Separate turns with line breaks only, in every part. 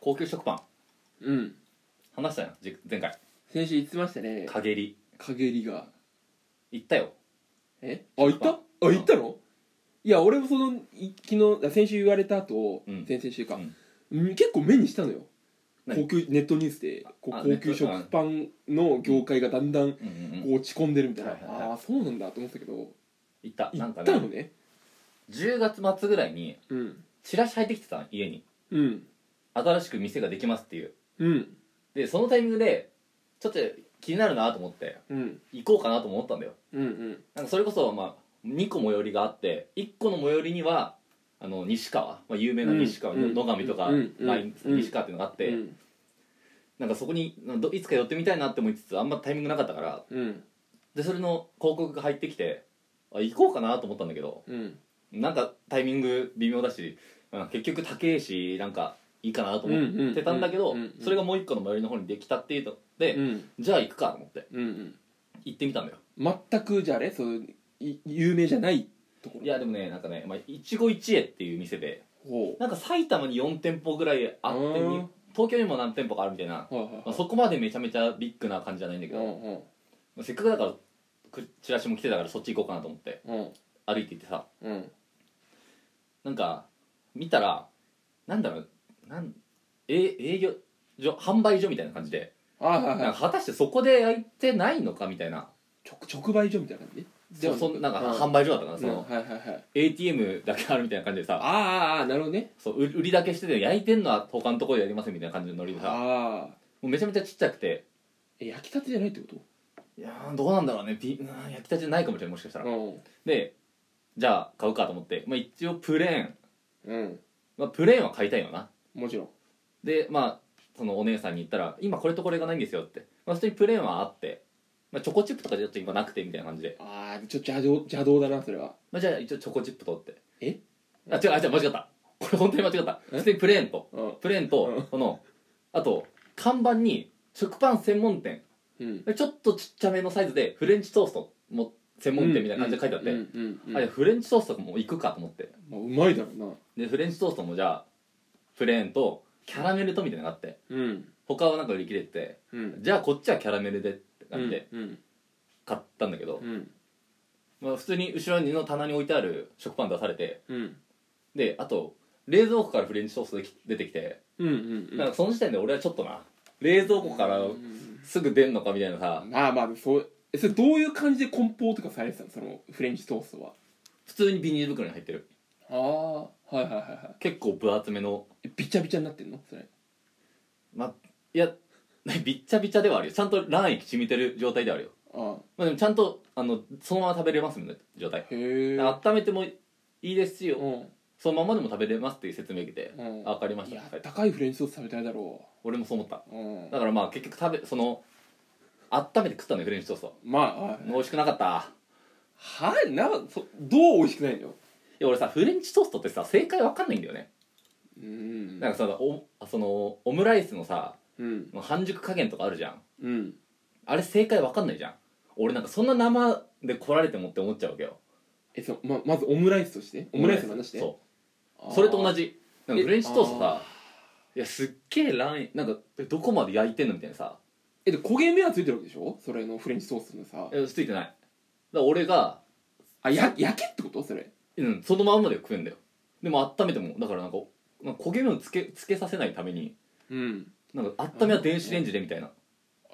高級食パン
うん
話したやんじ前回
先週言ってましたね
陰り
陰りが
行ったよ
えあ行ったあ行ったのいや俺もそのい昨日あ先週言われた後、
うん
先々週か
う、ん
うん結構目にしたのよ
何
高級ネットニュースでこ
あ
う高級食パンの業界がだんだんこ
うんうんう
うん落ち込んでるみたいな、
はいはいはい
ああそうなんだと思ってたけど
行ったな
行
んか
ったの
ね
ね
10月末ぐらいに
うん
チラシ入ってきてたの家に
うん
新しく店ができますっていう
うん
でそのタイミングでちょっと気になるなと思って
うん
行こうかなとも思ったんだよ
うんうん
なんかそれこそ、まあ、2個最寄りがあって1個の最寄りにはあの西川、まあ、有名な西川、
うん
野上とか、
うんうん
ライン
うん
西川っていうのがあって、
うん
なんかそこにどいつか寄ってみたいなって思いつつあんまタイミングなかったから
うん
でそれの広告が入ってきてあ行こうかなと思ったんだけど
うん
なんかタイミング微妙だし、うん結局高えしなんかいいかなと思ってたんだけど、
うんうんうんうん
それがもう1個の最寄りの方にできたっていうので、
うん
じゃあ行くかと思って
うん
行ってみたんだよ
全くじゃああれそうい有名じゃないところ
いやでもねなんかね、まあ、一期一会っていう店で
ほ
なんか埼玉に4店舗ぐらいあって
うん
に東京にも何店舗かあるみたいな、
うはいはい
まあ、
はい
そこまでめちゃめちゃビッグな感じじゃないんだけ
う
ど、ま
んうん
あせっかくだからくチラシも来てたからそっち行こうかなと思って
うん
歩いて行ってさ
うん
なんか見たらなんだろうなんえ営業所販売所みたいな感じで、
あはいはい
なん
は
か果たしてそこでやってないのかみたいない
直直売所みたいな感じ
そそんなんか販
売
売所だったから、そ
うん
の
はいはいはい
ATM だけあるみたいな感じでさ
あーあーあーなるほどね
そう売売りだけしてて焼いてんのは他のところでやりませんみたいな感じのノリでさ
ああ
もうめちゃめちゃちっちゃくて
え焼きたてじゃないってこと
いやーどうなんだろうねピうーん焼きたてないかもしれないもしかしたら、
うん
でじゃあ買うかと思って、まあ、一応プレーン、
うん
まあ、プレーンは買いたいよな
もちろん
でまあそのお姉さんに言ったら「今これとこれがないんですよ」って、まあ、普通にプレーンはあって、まあ、チョコチップとかちょっと今なくてみたいな感じで、
ああちょっと邪道邪道だなそれは
まあ、じゃあ一応チョコチップ取って
え
あ違うあ違う間違ったこれ本当に間違った
え
普通にプレーンと
うん
プレーン
うん
とこのあと看板に食パン専門店
うん
ちょっとちっちゃめのサイズでフレンチトーストも専門店みたいな感じで書いてあって、
うんうんうんうん
あれフレンチトーストも行くかと思って
まあうまいだろうな
でフレンチトーストもじゃあプレーンとキャラメルとみたいなのがあって
うん
他はなんか売り切れて
うん
じゃあこっちはキャラメルでって
う
感じ
ん
で
うん
買ったんだけど、
うん
まあ、普通に後ろにの棚に置いてある食パン出されて
うん
であと冷蔵庫からフレンチトーストでき出てきて
うんうんうん
なんかその時点で俺はちょっとな冷蔵庫から
うん
すぐ出んのかみたいなさ
まあまあそうえそれどういう感じで梱包とかされてたのそのフレンチトーストは
普通にビニール袋に入ってる
ああはいはいはいは
結構分厚めの
いびちゃびちゃになってんのそれ
まあいやびっちゃびちゃではあるよちゃんと卵液染みてる状態ではあるよ
あ
まあ、でもちゃんとあのそのまま食べれますみたいな状態
へえ
温めてもいいですし、
うん
そのままでも食べれますっていう説明を受けて、
うん
あ分かりまし
い
た
や高いフレンチトースト食べたいだろ
俺もそう思った
ううん
だからまあ結局食べその温めて食ったのよフレンチトースト
まあはい
美味しくなかった
はいなそどう美味しくないのよ
いや俺さフレンチトーストってさ正解わかんないんだよね、
うん
なんかさおそのオムライスのさ
うん
半熟加減とかあるじゃん
うん
あれ正解わかんないじゃん俺なんかそんな生で来られてもって思っちゃうわけよ
えそうままずオムライスとしてオムライスの話して
そう
う
それと同じなんか
え
フレンチトーストさ
あ
いやすっげえ卵なんかえどこまで焼いてんのみたいなさ
えで焦げ目はついてるわけでしょそれのフレンチトーストのさ
えついてないだから俺が、
あや焼けってことそれ
うん、そのまんまで食うんだよでも温めてもだからなんかなんか焦げ目をつけつけさせないために
うん
なんか温めは電子レンジでみたいな
あ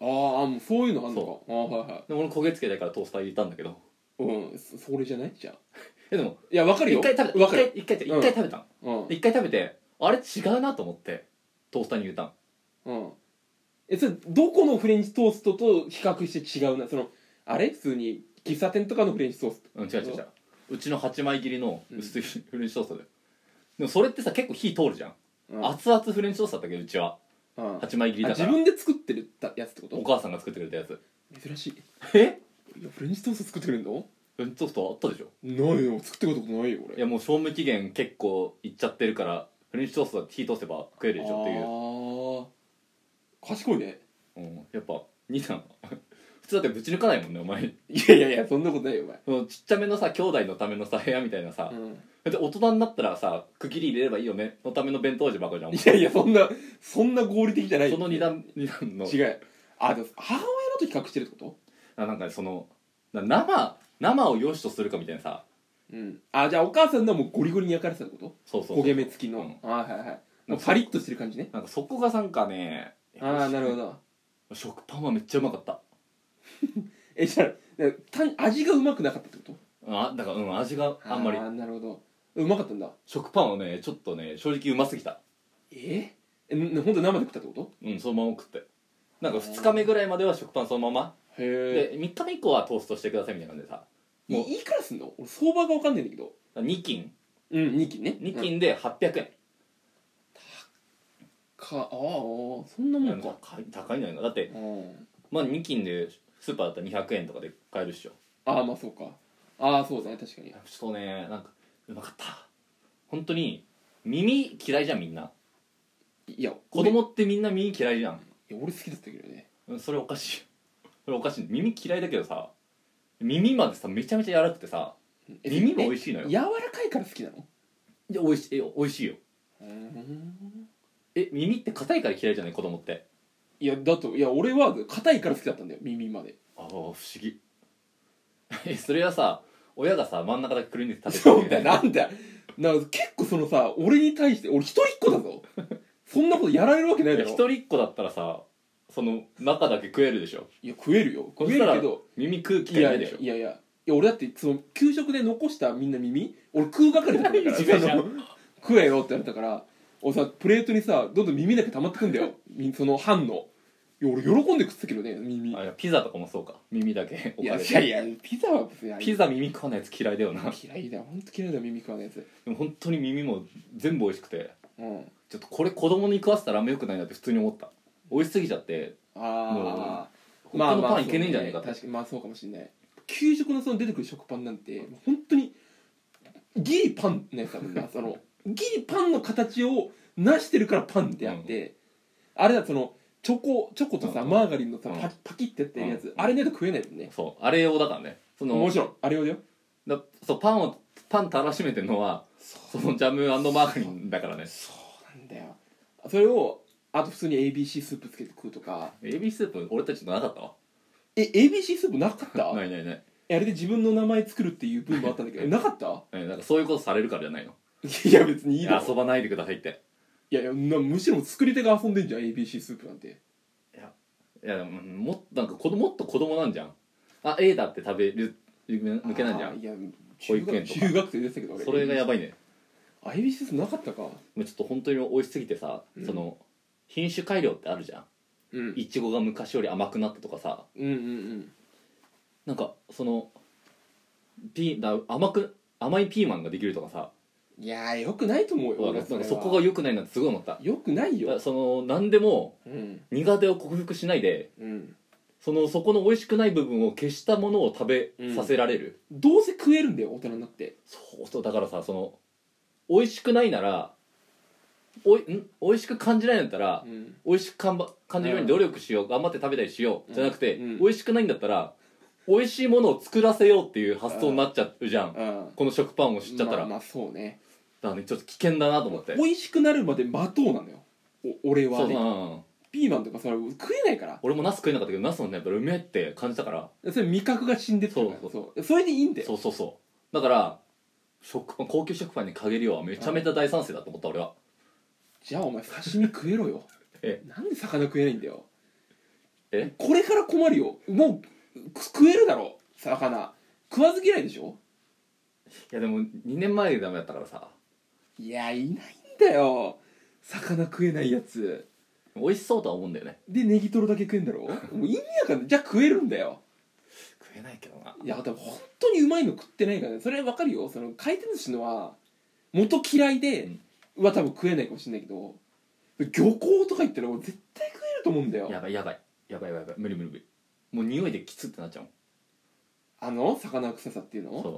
ーあもうそういうのあんのかあーはいはい
でも俺焦げつけたいからトースター入れたんだけど
うんそそれじゃないじゃあ
えでも
いやわかるよ
一回食べた
わ
一
か
回
る
一回
うん
一回食べたの
うん
で一回食べてあれ違うなと思ってトースターに入れたの
うんえそれどこのフレンチトーストと比較して違うなそのあれ普通に喫茶店とかのフレンチトースト
うん違う違う違ううちの8枚切りの薄いフレンチトーストだよでもそれってさ結構火通るじゃん
うん
熱々フレンチトーストだったけどうちは
うんあ
8枚切りだか
自
ら
分で作ってるたやつってこ
お
と
母さんが作ってくれたやつ
珍しい
え
いやフレンチトースト作ってくれるの
フレンチトーストあったでしょ
ないよ作ってことないよ俺
いやもう賞味期限結構いっちゃってるからフレンチトーストは火通せば食えるでしょっていう、
ああ賢いね
うん、やっぱ兄さん 普普通だってぶち抜かないもんねお前
いやいやいやそんなことないよお前
そのちっちゃめのさ兄弟のためのさ部屋みたいなさ、
うん
で大人になったらさ区切り入れればいいよねのための弁当味ばっかじゃん
いやいやそんなそんな合理的じゃない
その二段二段の
違うあでも母親のと比較してるってこ
あなんかそのな生生を良しとするかみたいなさ
とうんあじゃあお母さんのはもうゴリゴリに焼かれてたってこと
そうそうそう
焦げ目付きの、
うん
はいはいはいもうパリッとしてる感じね
なんかそこがなんかね
ああなるほ
ど
ど
食パンはめっちゃうまかった
えじゃあだから単味がうまくなかったってこと
あだからうん味があんまり
あーなるほどうまかったんだ
食パンはねちょっとね正直うますぎた
ええんほんと生で食ったってこと
うんそのまま食ってなんか2日目ぐらいまでは食パンそのまま
へ
で
え
3日目以降はトーストしてくださいみたいな感じでさ
い
もう
いいくらすんの俺相場が分かんないんだけど
2斤
うん2斤ね
2
うん
斤で800円、
かああそんなもんか
高い高いんじゃないかだって
うん
まあ2斤でスーパーだったら200円とかで買えるっしょ
ああまあそうかああそうだね確かに
ちょっとねなんかうまかった本当に耳嫌いじゃんみんない
や
子供ってみんな耳嫌いじゃん
俺いや俺好きだったけどね
うんそれおかしいそれおかしい耳嫌いだけどさ耳までさめちゃめちゃ柔らかくてさ
え
耳も美
え
味しいのよ
柔らかいから好きなの
いや美味しいえ美味しいよ
うん
え耳って硬いから嫌いじゃない子供って
いやだといや俺は硬いから好きだったんだよ耳まで
ああ不思議えそれはさ親がさ真ん中だけくるんで食べて
そうだよなんだよなんか結構そのさ俺に対して俺一人っ子だ ぞそんなことやられるわけないだろ
一人っ子だったらさその中だけ食えるでしょ
いや食えるよ
そ
食
し
える
たら
けど
耳食う機
い
会な
や
い
い
で
や
しょ
いやいやいや俺だってその給食で残したみんな耳俺食う係だったから
いじめじゃん
その食えよって言われたから俺さプレートにさどんどん耳だけ溜まってくんだよみその半のいや俺喜んで食ってたけどね耳
あいやピザとかもそうか耳だけ
い
置
や
かれ
い
て
やいやピザは別にあれ
ピザ耳食わないやつ嫌いだよなで
嫌いだよ本当嫌いだよ耳食わないやつ
も本当に耳も全部美味しくて
うん
ちょっとこれ子供に食わせたらあんま良くないなって普通に思った美味しすぎちゃって
ああ
他のパンいけねえんじゃねえかって、
確かにまあそうかもしれない給食のその出てくる食パンなんてもう本当にギリパンのやつだも んなそのギリパンの形をなしてるからパンであって、あれだそのチョコチョコとさ、
うん
マーガリンのさ、
うん
パパキってやってるやつ、
うん
あれないと食えないもんね、
そうあれ用だからねその
もちろんあれをだよ
だそうパンをパンたらしめてるのはそのジャムマーガリンだからね
そうなんだよそれをあと普通に ABC スープつけて食うとか
エビスープ俺たちのなかったわ
え ABC スープなかった
ないないない
えあれで自分の名前作るっていう文もあったん だけどえなかった
えなんかそういうことされるからじゃないの
いや別にいい
い
だ
や
ろ
遊ばないでくださいって
いやいやなむしろ作り手が遊んでんじゃん ABC スープなんて
いやうんもっとなんか子供もっと子供なんじゃんあ A だって食べる抜けないじゃ
あー
ん
いや
保
中
育園
学
とか
中学生でしたけど俺
それがやばいね
あ ABC スープなかったか
もうちょっと本当に美味しすぎてさ、
うん
その品種改良ってあるじゃん
うん
いちごが昔より甘くなったとかさ
うんうん
なんかそのピーだ甘く甘いピーマンができるとかさ
うんいやーよくないと思うよ
なん
俺
か
はれは
そこが良くないなってすごい思った
よくない
だか
よ
らその何でも
うん
苦手を克服しないで
うん
そのそこの美味しくない部分を消したものを食べ
うん
させられる、
どうせ食えるんだよ大人になって
そうそうだからさその美味しくないならおいん美味しく感じないんだったら、
うん
美味しくかんば感じるように努力しよう、頑張って食べたりしよう、
うん
じゃなくて、
うん
美味しくないんだったら美味しいものを作らせようっていう発想になっちゃうじゃん、
あ
この食パンを知っちゃったら、
まあ、まあそうね
だからねちょっと危険だなと思って
美味しくなるまで待とうなのよお俺
そ
は
う、
ね
うん、
ピーマンとかそれ食えないから
俺もナス食えなかったけどナスのねやっぱうめえって感じたから
それ味覚が死んでってるから
そう
そうそれでいいんだよ
そうそうそうだから食パン高級食パンに限るようはめちゃめちゃ大賛成だと思った俺は
じゃあお前刺身食えろよ
え
なんで魚食えないんだよ
え
これから困るよもうく食えるだろ魚食わず嫌いでしょ
いやでも2年前でダメだったからさ
いやいないんだよ魚食えないやつ
美味しそうとは思うんだよね
でネギトロだけ食えんだろもう意味わかんないじゃあ食えるんだよ
食えないけどない
やでも本当にうまいの食ってないからねそれわかるよその回転寿司のは元嫌いで、は多分食えないかもしれないけど漁港とか行ったら俺絶対食えると思うんだよ
やばいやばいやばいやばいやばい無理無理無理もう匂いできつってなっちゃう
あの魚臭さっていう
もん
の
そ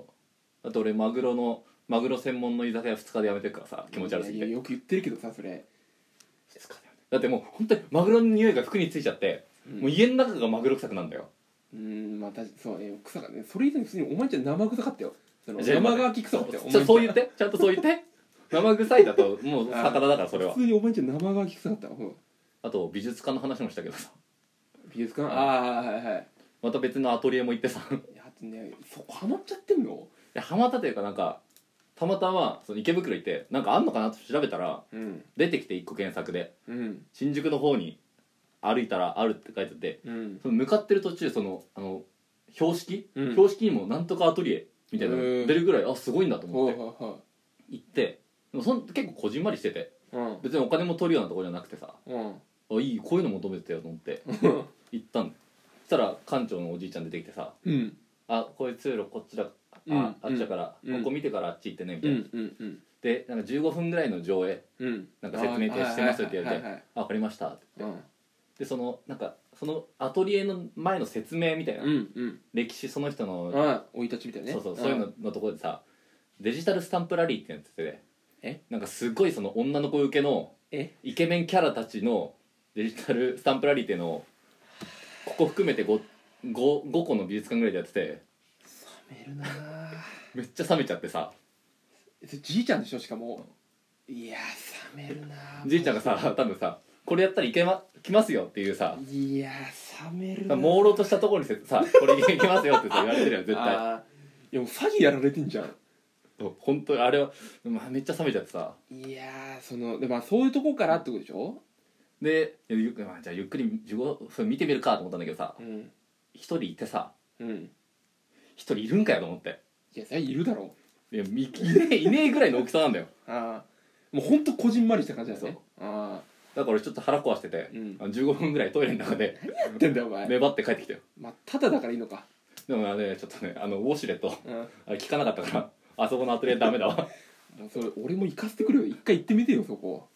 うだって俺マグロのマグロ専門の居酒屋2日でやめてるからさ気持ち悪すぎ
いや
て2
いやよく言ってるけどさそれ、
日でやめてだってもう本当にマグロの匂いが服についちゃって、
うん
もう家の中がマグロ臭くなんだよ
うーんまあ確かにそうね草がねそれ以前に普通にお前ちゃん生臭かったよその
じゃあ
生乾き臭かったよお前ん
ち
ち
ょ
ゃん
そう言ってちゃんとそう言って生臭いだともう 魚だからそれは
普通にお前ちゃん生乾き臭かったわうん
あと美術家の話もしたけどさ
美術館
ん
ああはいはい
また別のアトリエも行ってさ
いやあとねそこハマっちゃってんの
でハマったというかなんかたまたまその池袋行ってなんかあんのかなと調べたら
うん
出てきて一個検索で
うん
新宿の方に歩いたらあるって書いてて
うん
その向かってる途中そのあの標識、
うん
標識にもなんとかアトリエみたいなの
へー
出るぐらいあすごいんだと思
ほう
って
ほうほ
行ってでもそん結構こじんまりしてて
ううん
別にお金も取るようなとこじゃなくてさ
うん
あいいこういうの求めてたよと思って行ったんそしたら館長のおじいちゃん出てきてさ
うん
「あこういう通路こっちだあ,、
うん
あっちだから、
うん
ここ見てからあっち行ってね」みた
う
いな、
んうんうん
でなんか15分ぐらいの上映
うん
なんか説明停止してますよって言われ
あーはいはいはいは
て
い
「あわかりました」って
うん
でそのなんかそのアトリエの前の説明みたいな、
うんうん
歴史その人の
あ生い立ちみたいなね
そうそうそういうののところでさデジタルスタンプラリーってやってて
え
なんかすごいその女の子受けの
え
イケメンキャラたちのデジタルスタンプラリーっていうのをここ含めて 5, 5, 5個の美術館ぐらいでやってて
冷めるなぁ
めっちゃ冷めちゃってさ
それじいちゃんでしょしかもいやー冷めるなぁ
じいちゃんがさ多分さこれやったらいけまきますよっていうさ
いやー冷めるなぁ
朦朧としたところにせさ「これいけますよ」ってさ言われてるよ絶対
あーいやもう詐欺やられてんじゃん
本当にあれは、まあ、めっちゃ冷めちゃってさ
いやーそのでまあそういうとこからってことでしょ
でゆっくりまあじゃあゆっくり15分見てみるかと思ったんだけどさ
うん
一人いてさ
うん
一人いるんかよと思って
いやそれいるだろ
いやみいねえいねえぐらいの大きさなんだよ
うああもうほんとこじんまりした感じだよね
そ
あ
だから俺ちょっと腹壊してて、
うん
あの15分ぐらいトイレの中で
あやってんだよお前、
粘って帰ってきたよ
まあ、ただだからいいのか
でもねちょっとねあのウォシュレット
うん
あれ聞かなかったからあそこのアトリエダメだわ
もうそれ俺も行かせてくれよ一回行ってみてよそこ